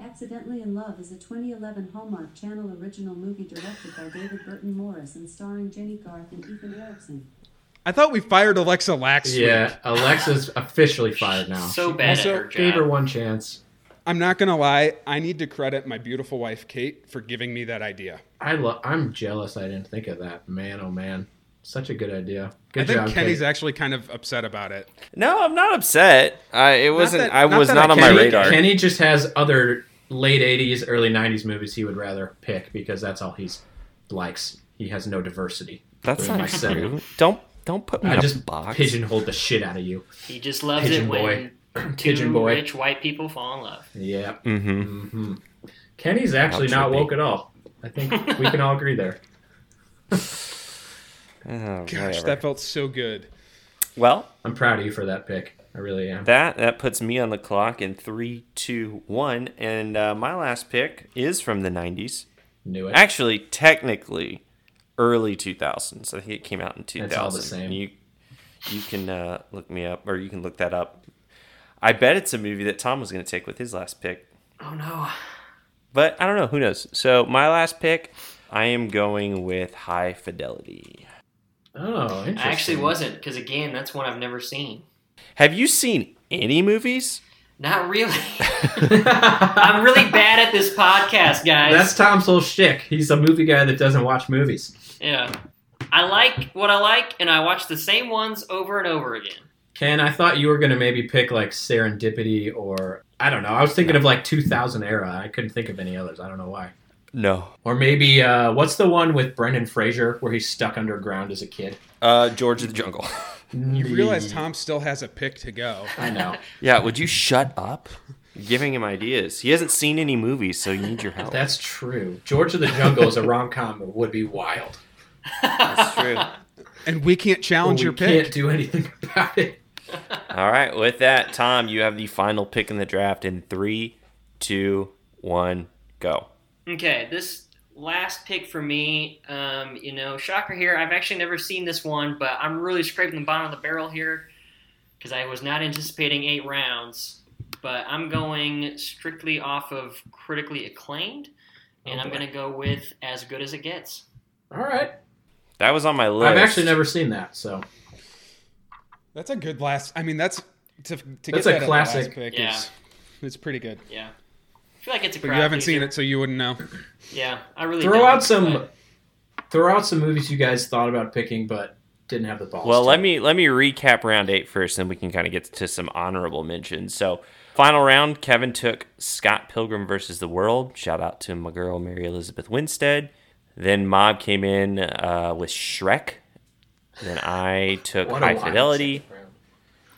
[SPEAKER 5] Accidentally in Love is a 2011 Hallmark Channel original movie directed by David Burton Morris and starring Jenny Garth and Ethan Erickson.
[SPEAKER 3] I thought we fired Alexa Lax.
[SPEAKER 2] Yeah, Alexa's officially fired now.
[SPEAKER 4] So bad
[SPEAKER 2] She
[SPEAKER 4] at her
[SPEAKER 2] gave her
[SPEAKER 4] job.
[SPEAKER 2] one chance.
[SPEAKER 3] I'm not gonna lie. I need to credit my beautiful wife Kate for giving me that idea.
[SPEAKER 2] I lo- I'm jealous. I didn't think of that. Man, oh man, such a good idea. Good
[SPEAKER 3] I think
[SPEAKER 2] job,
[SPEAKER 3] Kenny's
[SPEAKER 2] Kenny.
[SPEAKER 3] actually kind of upset about it.
[SPEAKER 1] No, I'm not upset. I it wasn't.
[SPEAKER 3] that-
[SPEAKER 1] I
[SPEAKER 3] not
[SPEAKER 1] was
[SPEAKER 3] that
[SPEAKER 1] not
[SPEAKER 3] I
[SPEAKER 1] on
[SPEAKER 3] can't-
[SPEAKER 1] my radar.
[SPEAKER 2] Kenny just has other late '80s, early '90s movies he would rather pick because that's all he's likes. He has no diversity.
[SPEAKER 1] That's
[SPEAKER 2] Three
[SPEAKER 1] not
[SPEAKER 2] by seven.
[SPEAKER 1] true. Don't don't put me
[SPEAKER 2] I
[SPEAKER 1] in a
[SPEAKER 2] just
[SPEAKER 1] box.
[SPEAKER 2] pigeonholed the shit out of you.
[SPEAKER 4] He just loves
[SPEAKER 2] Pigeon
[SPEAKER 4] it when two
[SPEAKER 2] Pigeon boy.
[SPEAKER 4] rich white people fall in love.
[SPEAKER 2] Yeah.
[SPEAKER 1] Mm-hmm.
[SPEAKER 2] hmm Kenny's actually
[SPEAKER 1] How
[SPEAKER 2] not
[SPEAKER 1] trippy.
[SPEAKER 2] woke at all. I think we can all agree there.
[SPEAKER 1] Oh,
[SPEAKER 3] Gosh,
[SPEAKER 1] whatever.
[SPEAKER 3] that felt so good.
[SPEAKER 1] well,
[SPEAKER 2] I'm proud of you for that pick. I really am.
[SPEAKER 1] that that puts me on the clock in three, two, one, and uh, my last pick is from the '90s.
[SPEAKER 2] Knew it.
[SPEAKER 1] Actually, technically, early 2000s. I think it came out in 2000.
[SPEAKER 2] It's all the same.
[SPEAKER 1] You you can uh, look me up, or you can look that up. I bet it's a movie that Tom was going to take with his last pick.
[SPEAKER 4] Oh no.
[SPEAKER 1] But I don't know. Who knows? So my last pick, I am going with High Fidelity.
[SPEAKER 2] Oh, interesting.
[SPEAKER 4] I actually wasn't, because again, that's one I've never seen.
[SPEAKER 1] Have you seen any movies?
[SPEAKER 4] Not really. I'm really bad at this podcast, guys.
[SPEAKER 2] That's Tom's whole shtick. He's a movie guy that doesn't watch movies.
[SPEAKER 4] Yeah. I like what I like, and I watch the same ones over and over again.
[SPEAKER 2] Ken, I thought you were gonna maybe pick like Serendipity or I don't know. I was thinking of like 2000 era. I couldn't think of any others. I don't know why.
[SPEAKER 1] No.
[SPEAKER 2] Or maybe uh, what's the one with Brendan Fraser where he's stuck underground as a kid?
[SPEAKER 1] Uh, George of the Jungle.
[SPEAKER 3] You
[SPEAKER 2] Mm.
[SPEAKER 3] realize Tom still has a pick to go.
[SPEAKER 2] I know.
[SPEAKER 1] yeah. Would you shut up? Giving him ideas. He hasn't seen any movies, so you need your help.
[SPEAKER 2] That's true. George of the Jungle is a rom com would be wild.
[SPEAKER 1] That's true.
[SPEAKER 3] And we can't challenge
[SPEAKER 2] we
[SPEAKER 3] your pick.
[SPEAKER 2] can't do anything about it.
[SPEAKER 1] All right. With that, Tom, you have the final pick in the draft in three, two, one, go.
[SPEAKER 4] Okay, this last pick for me, um, you know, shocker here. I've actually never seen this one, but I'm really scraping the bottom of the barrel here because I was not anticipating eight rounds. But I'm going strictly off of critically acclaimed, and
[SPEAKER 2] Oh,
[SPEAKER 4] I'm
[SPEAKER 2] boy.
[SPEAKER 4] going to go with As Good as It Gets.
[SPEAKER 2] All right.
[SPEAKER 1] That was on my list.
[SPEAKER 2] I've actually never seen that, so
[SPEAKER 3] That's a good last. I mean, that's to, to
[SPEAKER 2] That's
[SPEAKER 3] get
[SPEAKER 2] a
[SPEAKER 3] that As
[SPEAKER 2] classic.
[SPEAKER 3] the last pick
[SPEAKER 4] Yeah.
[SPEAKER 3] is it's pretty good.
[SPEAKER 4] Yeah. I feel like it's a
[SPEAKER 3] But
[SPEAKER 4] crowd
[SPEAKER 3] you haven't
[SPEAKER 4] pleaser.
[SPEAKER 3] seen it, so you wouldn't know.
[SPEAKER 4] Yeah, I really
[SPEAKER 2] throw
[SPEAKER 4] don't,
[SPEAKER 2] out some
[SPEAKER 4] but-
[SPEAKER 2] throw out some movies you guys thought about picking but didn't have the balls.
[SPEAKER 1] Well,
[SPEAKER 2] to.
[SPEAKER 1] let me let me recap round eight first, and we can kind of get to some honorable mentions. So, final round, Kevin took Scott Pilgrim versus the World. Shout out to my girl Mary Elizabeth Winstead. Then Mob came in uh, with Shrek. Then I took
[SPEAKER 2] What a
[SPEAKER 1] High
[SPEAKER 2] wild
[SPEAKER 1] Fidelity,
[SPEAKER 2] second round.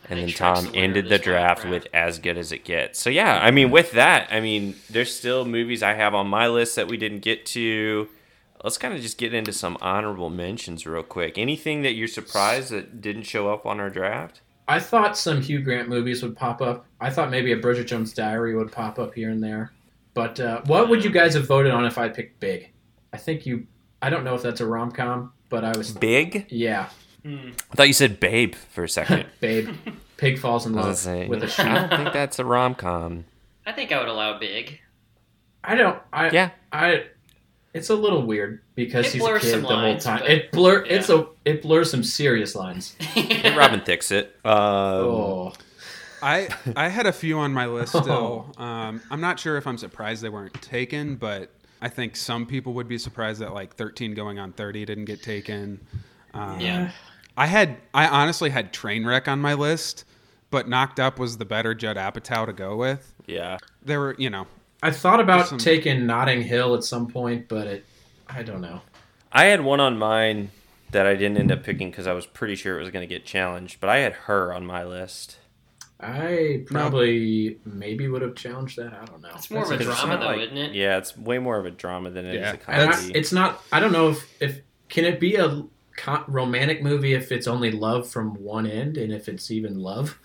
[SPEAKER 1] and then
[SPEAKER 4] Shrek's the
[SPEAKER 1] Tom
[SPEAKER 4] winner
[SPEAKER 1] ended
[SPEAKER 4] this
[SPEAKER 1] the
[SPEAKER 4] time
[SPEAKER 1] draft
[SPEAKER 4] around.
[SPEAKER 1] with As Good as It Gets. So yeah, I mean, with that, I mean, there's still movies I have on my list that we didn't get to. Let's kind of just get into some honorable mentions real quick. Anything that you're surprised that didn't show up on our draft?
[SPEAKER 2] I thought some Hugh Grant movies would pop up. I thought maybe a Bridget Jones Diary would pop up here and there. But uh, what would you guys have voted on if I picked Big? I think you. I don't know if that's a rom com, but I was.
[SPEAKER 1] Big?
[SPEAKER 2] Yeah,
[SPEAKER 4] Hmm.
[SPEAKER 1] I thought you said Babe for a second.
[SPEAKER 2] babe. Pig falls in
[SPEAKER 1] I
[SPEAKER 2] love
[SPEAKER 1] was gonna say,
[SPEAKER 2] with a sheep.
[SPEAKER 1] I don't think that's a rom com.
[SPEAKER 4] I think I would allow big.
[SPEAKER 2] I don't. I.
[SPEAKER 1] Yeah.
[SPEAKER 2] I. It's a little weird because
[SPEAKER 4] It
[SPEAKER 2] he's a
[SPEAKER 4] blurs
[SPEAKER 2] kid
[SPEAKER 4] some
[SPEAKER 2] the
[SPEAKER 4] lines,
[SPEAKER 2] whole time.
[SPEAKER 4] but-
[SPEAKER 2] It blur. It's
[SPEAKER 4] yeah.
[SPEAKER 2] a. It blurs some serious lines.
[SPEAKER 1] Hey, Robin Thicke's it. Um,
[SPEAKER 2] Oh,
[SPEAKER 3] I I had a few on my list still. Um, I'm not sure if I'm surprised they weren't taken, but I think some people would be surprised that like 13 going on 30 didn't get taken. Um,
[SPEAKER 4] Yeah.
[SPEAKER 3] I had I honestly had Trainwreck on my list, but Knocked Up was the better Judd Apatow to go with.
[SPEAKER 1] Yeah.
[SPEAKER 3] There were you know
[SPEAKER 2] I thought about
[SPEAKER 3] Some-
[SPEAKER 2] taking Notting Hill at some point, but it. I don't know.
[SPEAKER 1] I had one on mine that I didn't end up picking because I was pretty sure it was going to get challenged, but I had her on my list.
[SPEAKER 2] I probably maybe would have challenged that. I don't know.
[SPEAKER 4] It's more of
[SPEAKER 2] That's
[SPEAKER 4] a
[SPEAKER 1] It's
[SPEAKER 4] drama,
[SPEAKER 1] not
[SPEAKER 4] though,
[SPEAKER 1] like-
[SPEAKER 4] isn't it?
[SPEAKER 1] Yeah, it's way more of a drama than it is
[SPEAKER 3] Yeah.
[SPEAKER 1] a
[SPEAKER 2] And I-
[SPEAKER 1] comedy.
[SPEAKER 2] it's not. I don't know if, if can it be a co- romantic movie if it's only love from one end and if it's even love.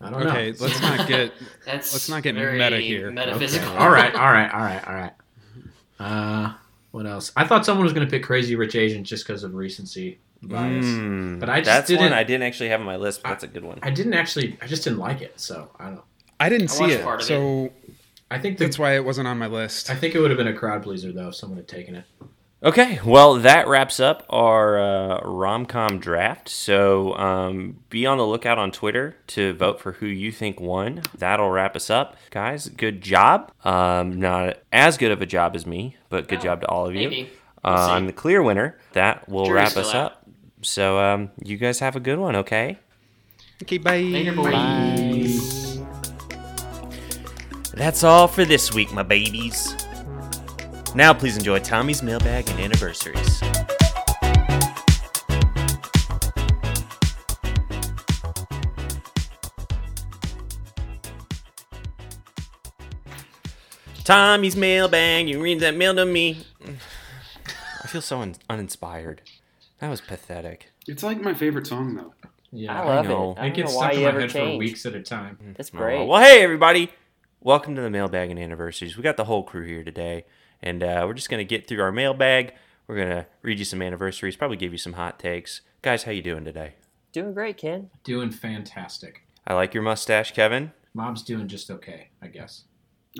[SPEAKER 2] I
[SPEAKER 3] Oh,
[SPEAKER 2] don't
[SPEAKER 6] Okay,
[SPEAKER 2] know.
[SPEAKER 6] let's not get.
[SPEAKER 7] That's
[SPEAKER 6] Let's not get
[SPEAKER 7] very
[SPEAKER 6] meta here.
[SPEAKER 7] Metaphysical.
[SPEAKER 2] All right, all right, all right, all right. Uh, what else? I thought someone was going to pick Crazy Rich Asians just because of recency bias,
[SPEAKER 1] Mm,
[SPEAKER 2] but I just
[SPEAKER 1] that's
[SPEAKER 2] didn't.
[SPEAKER 1] one I didn't actually have on my list, but that's a good one.
[SPEAKER 2] I didn't actually. I just didn't like it, so I don't. know.
[SPEAKER 6] I didn't
[SPEAKER 7] I
[SPEAKER 6] see
[SPEAKER 7] watched
[SPEAKER 6] it,
[SPEAKER 7] part of it.
[SPEAKER 6] so
[SPEAKER 2] I think the,
[SPEAKER 6] that's why it wasn't on my list.
[SPEAKER 2] I think it would have been a crowd pleaser though if someone had taken it.
[SPEAKER 1] Okay, well, that wraps up our uh, rom com draft. So um, be on the lookout on Twitter to vote for who you think won. That'll wrap us up, guys. Good job. Um, not as good of a job as me, but good job to all of you.
[SPEAKER 7] Oh, maybe. We'll
[SPEAKER 1] Uh,
[SPEAKER 7] see.
[SPEAKER 1] I'm the clear winner. That will
[SPEAKER 7] Jury's
[SPEAKER 1] wrap us
[SPEAKER 7] still out.
[SPEAKER 1] up. So um, you guys have a good one, okay?
[SPEAKER 6] okay, bye.
[SPEAKER 7] Later, boys.
[SPEAKER 1] That's all for this week, my babies. Now, please enjoy Tommy's mailbag and anniversaries. Tommy's mailbag, you read that mail to me. I feel so un- uninspired. That was pathetic.
[SPEAKER 3] It's like my favorite song though.
[SPEAKER 2] Yeah,
[SPEAKER 4] I love
[SPEAKER 1] know.
[SPEAKER 4] it. I
[SPEAKER 2] it
[SPEAKER 4] don't know
[SPEAKER 2] gets
[SPEAKER 4] why
[SPEAKER 2] stuck in
[SPEAKER 4] you
[SPEAKER 2] my
[SPEAKER 4] ever
[SPEAKER 2] head for
[SPEAKER 4] changed.
[SPEAKER 2] weeks at a time.
[SPEAKER 3] Hmm.
[SPEAKER 4] That's
[SPEAKER 1] Oh,
[SPEAKER 4] great.
[SPEAKER 1] Well, hey everybody, welcome to the mailbag and anniversaries. We got the whole crew here today, and uh, we're just gonna get through our mailbag. We're gonna read you some anniversaries, probably give you some hot takes, guys. How you doing today?
[SPEAKER 4] Doing great, Ken.
[SPEAKER 2] Doing fantastic.
[SPEAKER 1] I like your mustache, Kevin.
[SPEAKER 2] Mom's doing just okay, I guess.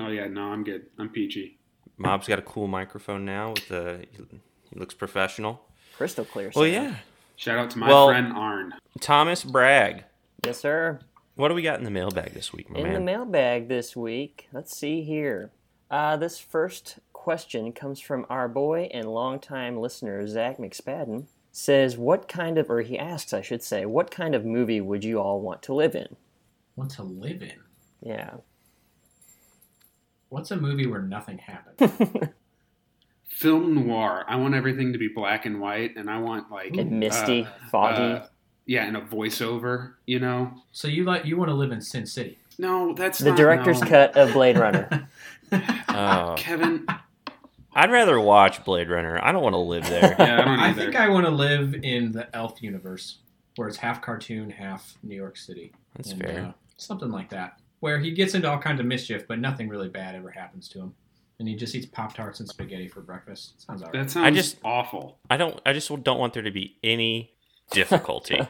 [SPEAKER 3] Oh yeah, no, I'm good. I'm peachy.
[SPEAKER 1] Mob's got a cool microphone now. With the he looks professional.
[SPEAKER 4] Crystal clear.
[SPEAKER 1] Well,
[SPEAKER 4] sir.
[SPEAKER 1] yeah.
[SPEAKER 3] Shout out to my
[SPEAKER 1] Well-
[SPEAKER 3] friend Arn.
[SPEAKER 1] Thomas Bragg,
[SPEAKER 4] Yes, sir.
[SPEAKER 1] what do we got in the mailbag this week, my
[SPEAKER 4] In
[SPEAKER 1] man?
[SPEAKER 4] the mailbag this week, let's see here. Uh, this first question comes from our boy and longtime listener Zach McSpadden. Says, what kind of, or he asks, I should say, what kind of movie would you all want to live in?
[SPEAKER 2] What to live in?
[SPEAKER 4] Yeah,
[SPEAKER 2] What's a movie where nothing happens?
[SPEAKER 3] Film noir. I want everything to be black and white, and I want like
[SPEAKER 4] and misty,
[SPEAKER 3] uh,
[SPEAKER 4] foggy.
[SPEAKER 3] uh, yeah, and a voiceover. You know?
[SPEAKER 2] so you like you want to live in Sin City?
[SPEAKER 3] No, that's
[SPEAKER 4] the
[SPEAKER 3] not-
[SPEAKER 4] director's
[SPEAKER 3] no.
[SPEAKER 4] cut of Blade Runner.
[SPEAKER 1] Oh,
[SPEAKER 3] Kevin.
[SPEAKER 1] I'd rather watch Blade Runner. I don't want to live there.
[SPEAKER 3] Yeah, I don't
[SPEAKER 2] I
[SPEAKER 3] either.
[SPEAKER 2] think I want to live in the Elf universe, where it's half cartoon, half New York City.
[SPEAKER 1] That's
[SPEAKER 2] And,
[SPEAKER 1] fair.
[SPEAKER 2] uh, something like that, where he gets into all kinds of mischief, but nothing really bad ever happens to him, and he just eats pop tarts and spaghetti for breakfast. Sounds alright.
[SPEAKER 3] that sounds
[SPEAKER 1] I just-
[SPEAKER 3] awful.
[SPEAKER 1] I don't. I just don't want there to be any difficulty.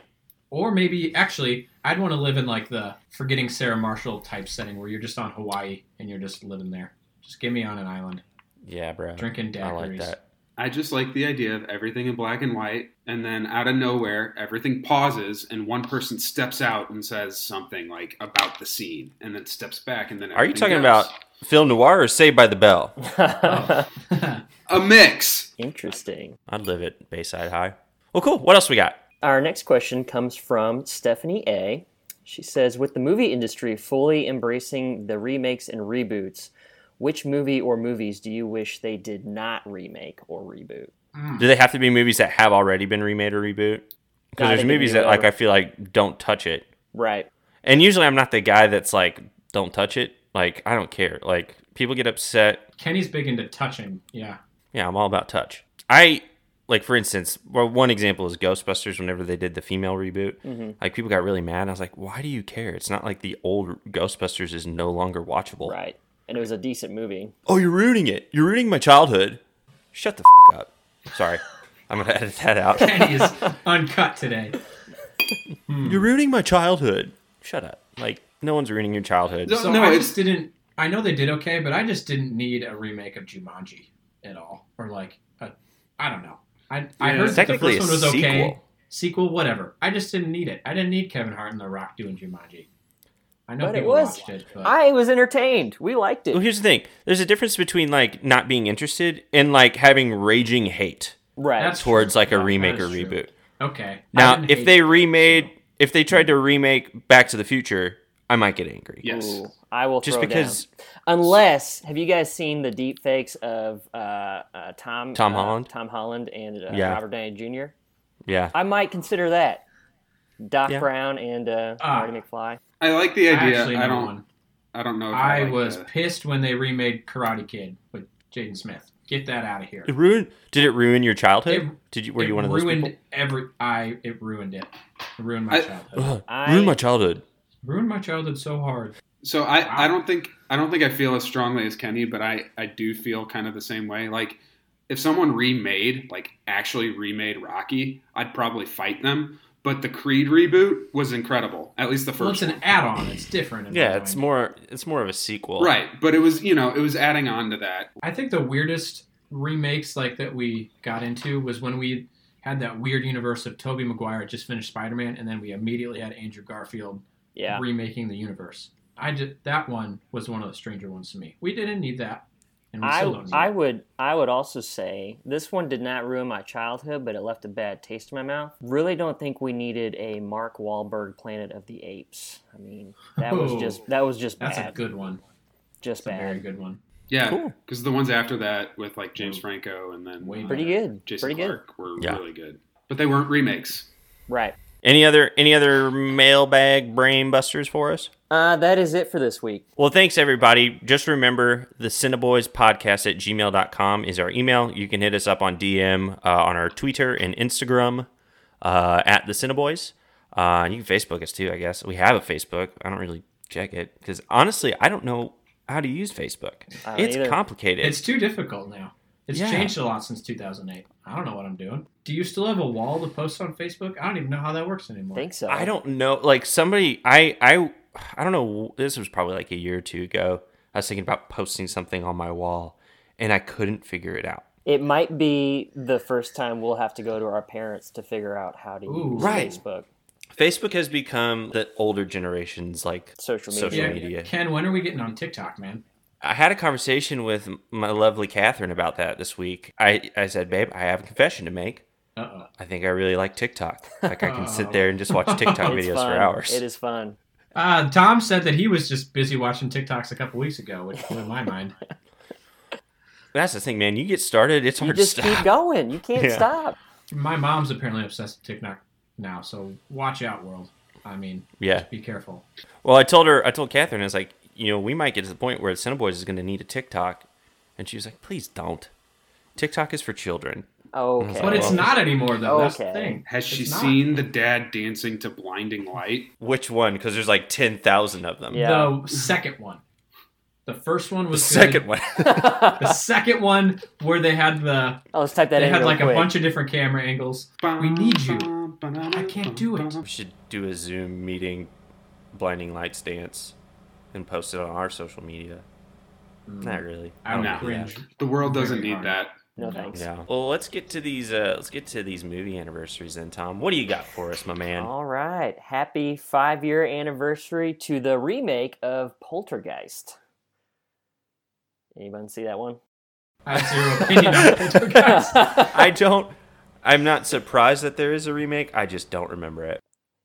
[SPEAKER 2] Or maybe actually, I'd want to live in like the forgetting Sarah Marshall type setting, where you're just on Hawaii and you're just living there. Just get me on an island,
[SPEAKER 1] yeah, bro.
[SPEAKER 2] drinking daiquiris.
[SPEAKER 1] I like that.
[SPEAKER 3] I just like the idea of everything in black and white, and then out of nowhere, everything pauses, and one person steps out and says something like about the scene, and then steps back, and then
[SPEAKER 1] Are you
[SPEAKER 3] everything
[SPEAKER 1] talking
[SPEAKER 3] goes.
[SPEAKER 1] about film noir or Saved by the Bell?
[SPEAKER 3] a mix?
[SPEAKER 4] Interesting.
[SPEAKER 1] I'd live at Bayside High. Well, cool. What else we got?
[SPEAKER 4] Our next question comes from Stephanie A. She says, with the movie industry fully embracing the remakes and reboots, which movie or movies do you wish they did not remake or reboot?
[SPEAKER 1] Do they have to be movies that have already been remade or reboot?
[SPEAKER 4] Nah,
[SPEAKER 1] Because
[SPEAKER 4] they
[SPEAKER 1] there's
[SPEAKER 4] can
[SPEAKER 1] movies
[SPEAKER 4] do
[SPEAKER 1] that like I
[SPEAKER 4] whatever.
[SPEAKER 1] feel like don't touch it,
[SPEAKER 4] Right.
[SPEAKER 1] and usually I'm not the guy that's like don't touch it. Like I don't care. Like people get upset.
[SPEAKER 2] Kenny's big into touching. Yeah.
[SPEAKER 1] Yeah, I'm all about touch. I like for instance, well, one example is Ghostbusters. Whenever they did the female reboot,
[SPEAKER 4] Mm-hmm.
[SPEAKER 1] like people got really mad. I was like, why do you care? It's not like the old Ghostbusters is no longer watchable.
[SPEAKER 4] Right. And it was a decent movie.
[SPEAKER 1] Oh, you're ruining it. You're ruining my childhood. Shut the f- up. Sorry. I'm going to edit that out.
[SPEAKER 2] Kenny is uncut today.
[SPEAKER 1] you're ruining my childhood. Shut up. Like, no one's ruining your childhood.
[SPEAKER 3] No.
[SPEAKER 2] So I just didn't. I know they did okay, but I just didn't need a remake of Jumanji at all, or like I I don't know. I I
[SPEAKER 3] Yeah,
[SPEAKER 2] heard that the
[SPEAKER 1] technically
[SPEAKER 2] first one
[SPEAKER 1] a
[SPEAKER 2] was okay.
[SPEAKER 1] sequel.
[SPEAKER 2] Sequel, whatever. I just didn't need it. I didn't need Kevin Hart and The Rock doing Jumanji. I know
[SPEAKER 4] But it
[SPEAKER 2] people
[SPEAKER 4] was-
[SPEAKER 2] watched it, but
[SPEAKER 4] I was entertained. We liked
[SPEAKER 1] Well,
[SPEAKER 4] it.
[SPEAKER 1] here's the thing there's a difference between, like, not being interested and, like, having raging hate
[SPEAKER 4] Right.
[SPEAKER 2] That's-
[SPEAKER 1] towards, like, a
[SPEAKER 2] No, that
[SPEAKER 1] remake
[SPEAKER 2] is
[SPEAKER 1] or
[SPEAKER 2] true.
[SPEAKER 1] reboot.
[SPEAKER 2] okay. I
[SPEAKER 1] Now,
[SPEAKER 2] didn't
[SPEAKER 1] if
[SPEAKER 2] hate
[SPEAKER 1] they
[SPEAKER 2] it.
[SPEAKER 1] remade, if they tried to remake Back to the Future, I might get angry.
[SPEAKER 3] Yes.
[SPEAKER 4] Ooh, I will
[SPEAKER 1] Just
[SPEAKER 4] throw
[SPEAKER 1] because,
[SPEAKER 4] down. Unless, have you guys seen the deep fakes of uh, uh, Tom
[SPEAKER 1] Tom
[SPEAKER 4] uh,
[SPEAKER 1] Holland?
[SPEAKER 4] Tom Holland and uh,
[SPEAKER 1] Yeah.
[SPEAKER 4] Robert Downey Jr.
[SPEAKER 1] yeah.
[SPEAKER 4] I might consider that. Doc
[SPEAKER 1] Yeah.
[SPEAKER 4] Brown and uh,
[SPEAKER 2] Ah.
[SPEAKER 4] Marty McFly.
[SPEAKER 3] I like the
[SPEAKER 2] I
[SPEAKER 3] idea.
[SPEAKER 2] actually
[SPEAKER 3] I,
[SPEAKER 2] know
[SPEAKER 3] don't.
[SPEAKER 2] one.
[SPEAKER 3] I don't know. If I,
[SPEAKER 2] I
[SPEAKER 3] like
[SPEAKER 2] was
[SPEAKER 3] the-
[SPEAKER 2] pissed when they remade Karate Kid with Jaden Smith. Get that out of here.
[SPEAKER 1] It ruined. Did it ruin your childhood?
[SPEAKER 2] It-
[SPEAKER 1] did you? Were
[SPEAKER 2] It
[SPEAKER 1] you one of those
[SPEAKER 2] ruined
[SPEAKER 1] people?
[SPEAKER 2] every I it ruined it. It ruined my
[SPEAKER 3] I-
[SPEAKER 2] childhood.
[SPEAKER 1] Ugh,
[SPEAKER 4] I-
[SPEAKER 1] ruined my childhood.
[SPEAKER 2] ruined my childhood so hard.
[SPEAKER 3] So I, I don't think I don't think I feel as strongly as Kenny, but I, I do feel kind of the same way. Like if someone remade, like actually remade Rocky, I'd probably fight them. But the Creed reboot was incredible. At least the
[SPEAKER 2] Well, it's
[SPEAKER 3] first
[SPEAKER 2] an add-on. It's different. in my
[SPEAKER 1] Yeah, it's
[SPEAKER 2] mind.
[SPEAKER 1] more. It's more of a sequel.
[SPEAKER 3] one. Right. But it was you know, it was adding on to that.
[SPEAKER 2] I think the weirdest remakes like that we got into was when we had that weird universe of Tobey Maguire just finished Spider-Man, and then we immediately had Andrew Garfield
[SPEAKER 4] Yeah.
[SPEAKER 2] remaking the universe. I did that one was one of the stranger ones to me. We didn't need that, and we still
[SPEAKER 4] I,
[SPEAKER 2] don't need
[SPEAKER 4] I
[SPEAKER 2] it.
[SPEAKER 4] would I would also say this one did not ruin my childhood, but it left a bad taste in my mouth. Really, don't think we needed a Mark Wahlberg Planet of the Apes. I mean, that was
[SPEAKER 2] Oh.
[SPEAKER 4] just that was just
[SPEAKER 2] That's
[SPEAKER 4] bad,
[SPEAKER 2] a good one.
[SPEAKER 4] just
[SPEAKER 2] It's a very
[SPEAKER 4] bad.
[SPEAKER 2] good one.
[SPEAKER 3] Yeah.
[SPEAKER 1] Cool.
[SPEAKER 3] Because the ones after that with like James Franco and then
[SPEAKER 2] Way
[SPEAKER 3] uh,
[SPEAKER 4] Pretty good,
[SPEAKER 3] Jason
[SPEAKER 4] pretty good.
[SPEAKER 3] Clark were
[SPEAKER 1] Yeah.
[SPEAKER 3] really good. But they weren't remakes.
[SPEAKER 4] Right.
[SPEAKER 1] Any other? Any other mailbag brain busters for us?
[SPEAKER 4] Uh, that is it for this week.
[SPEAKER 1] Well, thanks everybody. Just remember the Cineboys podcast at gmail.com is our email. You can hit us up on DM uh, on our Twitter and Instagram uh, at the Cineboys. Uh, and you can Facebook us too, I guess. We have a Facebook. I don't really check it because honestly, I don't know how to use Facebook.
[SPEAKER 4] I don't
[SPEAKER 1] It's
[SPEAKER 4] either.
[SPEAKER 1] complicated.
[SPEAKER 2] It's too difficult now. It's
[SPEAKER 1] Yeah.
[SPEAKER 2] changed a lot since 2008. I don't know what I'm doing. Do you still have a wall to post on Facebook? I don't even know how that works anymore.
[SPEAKER 4] think so.
[SPEAKER 1] I don't know. Like somebody, I, I, I don't know. This was probably like a year or two ago. I was thinking about posting something on my wall, and I couldn't figure it out.
[SPEAKER 4] It might be the first time we'll have to go to our parents to figure out how to
[SPEAKER 2] Ooh.
[SPEAKER 4] use
[SPEAKER 1] Right.
[SPEAKER 4] Facebook
[SPEAKER 1] Facebook has become the older generation's like
[SPEAKER 4] social media.
[SPEAKER 1] Social
[SPEAKER 2] Yeah,
[SPEAKER 1] media.
[SPEAKER 2] Ken, when are we getting on TikTok, man?
[SPEAKER 1] I had a conversation with my lovely Catherine about that this week. I, I said, babe, I have a confession to make.
[SPEAKER 2] Uh-oh.
[SPEAKER 1] I think I really like TikTok. Like I can sit there and just watch TikTok
[SPEAKER 4] It's
[SPEAKER 1] videos
[SPEAKER 4] fun.
[SPEAKER 1] for hours.
[SPEAKER 4] It is fun.
[SPEAKER 2] Uh, Tom said that he was just busy watching TikToks a couple weeks ago, which blew my mind.
[SPEAKER 1] That's the thing, man. You get started, it's
[SPEAKER 4] You
[SPEAKER 1] hard to
[SPEAKER 4] just
[SPEAKER 1] stop.
[SPEAKER 4] keep going. You can't
[SPEAKER 1] Yeah.
[SPEAKER 4] stop.
[SPEAKER 2] My mom's apparently obsessed with TikTok now, so watch out, world. I mean,
[SPEAKER 1] Yeah.
[SPEAKER 2] be careful.
[SPEAKER 1] Well, I told her, I told Catherine, I was like, you know, we might get to the point where Cineboys is going to need a TikTok, and she was like, please don't. TikTok is for children.
[SPEAKER 4] Okay.
[SPEAKER 2] But it's
[SPEAKER 1] Well-
[SPEAKER 2] not anymore, though. That's the
[SPEAKER 4] Okay.
[SPEAKER 2] thing.
[SPEAKER 3] Has she
[SPEAKER 2] It's not.
[SPEAKER 3] seen the dad dancing to blinding light?
[SPEAKER 1] Which one? Because there's like ten thousand of them.
[SPEAKER 4] Yeah.
[SPEAKER 2] the second one? The first one
[SPEAKER 1] The
[SPEAKER 2] was good.
[SPEAKER 1] second one.
[SPEAKER 2] The second one where they had the
[SPEAKER 4] Oh, let's type that
[SPEAKER 2] they
[SPEAKER 4] in.
[SPEAKER 2] had
[SPEAKER 4] real
[SPEAKER 2] like a
[SPEAKER 4] quick.
[SPEAKER 2] bunch of different camera angles. We need you. I can't do it.
[SPEAKER 1] We should do a Zoom meeting, blinding lights dance, and post it on our social media.
[SPEAKER 4] Mm.
[SPEAKER 1] Not really. Oh,
[SPEAKER 2] I would
[SPEAKER 3] No.
[SPEAKER 2] cringe.
[SPEAKER 3] The world doesn't
[SPEAKER 2] Very
[SPEAKER 3] need
[SPEAKER 2] hard.
[SPEAKER 3] that.
[SPEAKER 4] No thanks.
[SPEAKER 1] Yeah. Well, let's get to these. Uh, let's get to these movie anniversaries then, Tom. What do you got for us, my man?
[SPEAKER 4] All right. Happy five year anniversary to the remake of Poltergeist. Anyone see that one?
[SPEAKER 2] I have zero opinion on poltergeist.
[SPEAKER 1] I don't. I'm not surprised that there is a remake. I just don't remember it.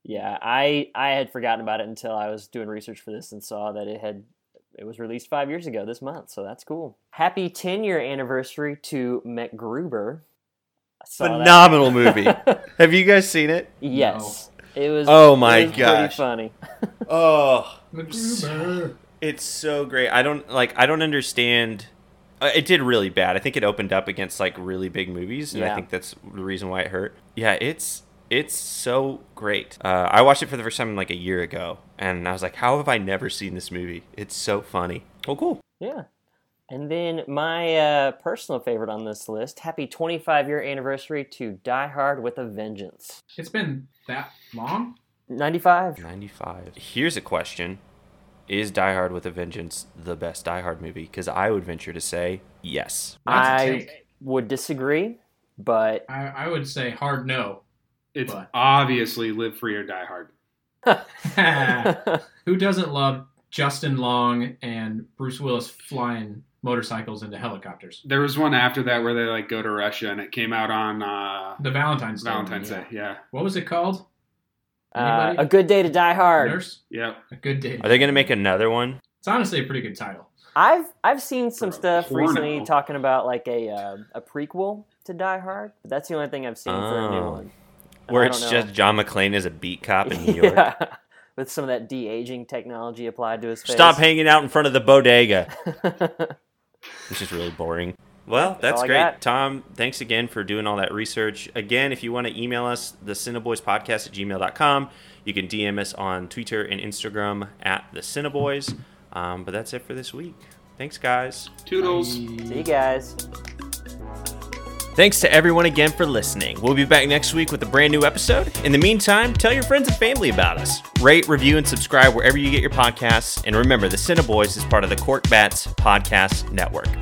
[SPEAKER 4] yeah, I I had forgotten about it until I was doing research for this and saw that it had it was released five years ago this month, so that's cool. Happy ten year anniversary to MacGruber. I saw that-
[SPEAKER 1] Phenomenal movie. Have you guys seen it?
[SPEAKER 4] yes. It was
[SPEAKER 1] Oh my
[SPEAKER 4] it was pretty
[SPEAKER 1] gosh.
[SPEAKER 4] funny.
[SPEAKER 1] Oh,
[SPEAKER 2] MacGruber.
[SPEAKER 1] it's so great. I don't like. I don't understand. Uh, it did really bad. I think it opened up against like really big movies, and I
[SPEAKER 4] Yeah.
[SPEAKER 1] think that's the reason why it hurt. Yeah, it's it's so great. Uh, I watched it for the first time like a year ago, and I was like, "How have I never seen this movie? It's so funny." Oh, cool.
[SPEAKER 4] Yeah. And then my uh, personal favorite on this list, happy 25 year anniversary to Die Hard with a Vengeance.
[SPEAKER 2] It's been that long.
[SPEAKER 4] 95.
[SPEAKER 1] Ninety-five. Here's a question: Is Die Hard with a Vengeance the best Die Hard movie? Because I would venture to say yes.
[SPEAKER 2] That's a
[SPEAKER 4] I
[SPEAKER 2] take.
[SPEAKER 4] would disagree, but
[SPEAKER 2] I, I would say hard no.
[SPEAKER 3] It's
[SPEAKER 2] But-
[SPEAKER 3] obviously Live Free or Die Hard.
[SPEAKER 4] uh,
[SPEAKER 2] Who doesn't love Justin Long and Bruce Willis flying motorcycles into helicopters?
[SPEAKER 3] There was one after that where they like go to Russia, and it came out on uh,
[SPEAKER 2] The Valentine's Day. one,
[SPEAKER 3] Valentine's
[SPEAKER 2] yeah.
[SPEAKER 3] Day. Yeah,
[SPEAKER 2] What was it called?
[SPEAKER 4] uh,
[SPEAKER 2] Anybody?
[SPEAKER 4] a good day to die hard.
[SPEAKER 2] Nurse?
[SPEAKER 3] yeah.
[SPEAKER 2] A good day.
[SPEAKER 1] Are they going to make another one?
[SPEAKER 2] It's honestly a pretty good title.
[SPEAKER 4] I've I've seen some
[SPEAKER 3] For a
[SPEAKER 4] stuff
[SPEAKER 3] porno.
[SPEAKER 4] recently talking about like a uh, a prequel to Die Hard. But that's the only thing I've seen for a new
[SPEAKER 1] Oh.
[SPEAKER 4] one. And
[SPEAKER 1] Where
[SPEAKER 4] I don't
[SPEAKER 1] it's
[SPEAKER 4] know.
[SPEAKER 1] just John McClane as a beat cop in New York.
[SPEAKER 4] Yeah. with some of that de aging technology applied to his face.
[SPEAKER 1] Stop hanging out in front of the bodega.
[SPEAKER 4] hanging.
[SPEAKER 1] It's just really boring. Well, that's
[SPEAKER 8] all I
[SPEAKER 1] great.
[SPEAKER 8] got.
[SPEAKER 1] Tom, thanks again for doing all that research. Again, if you want to email us, the Cineboys podcast at gmail.com. You can DM us on Twitter and Instagram at the Cineboys. Um, but that's it for this week. Thanks, guys.
[SPEAKER 9] Toodles.
[SPEAKER 8] See you guys.
[SPEAKER 1] Thanks to everyone again for listening. We'll be back next week with a brand new episode. In the meantime, tell your friends and family about us. Rate, review, and subscribe wherever you get your podcasts. And remember, the Cineboys is part of the Cork Bats Podcast Network.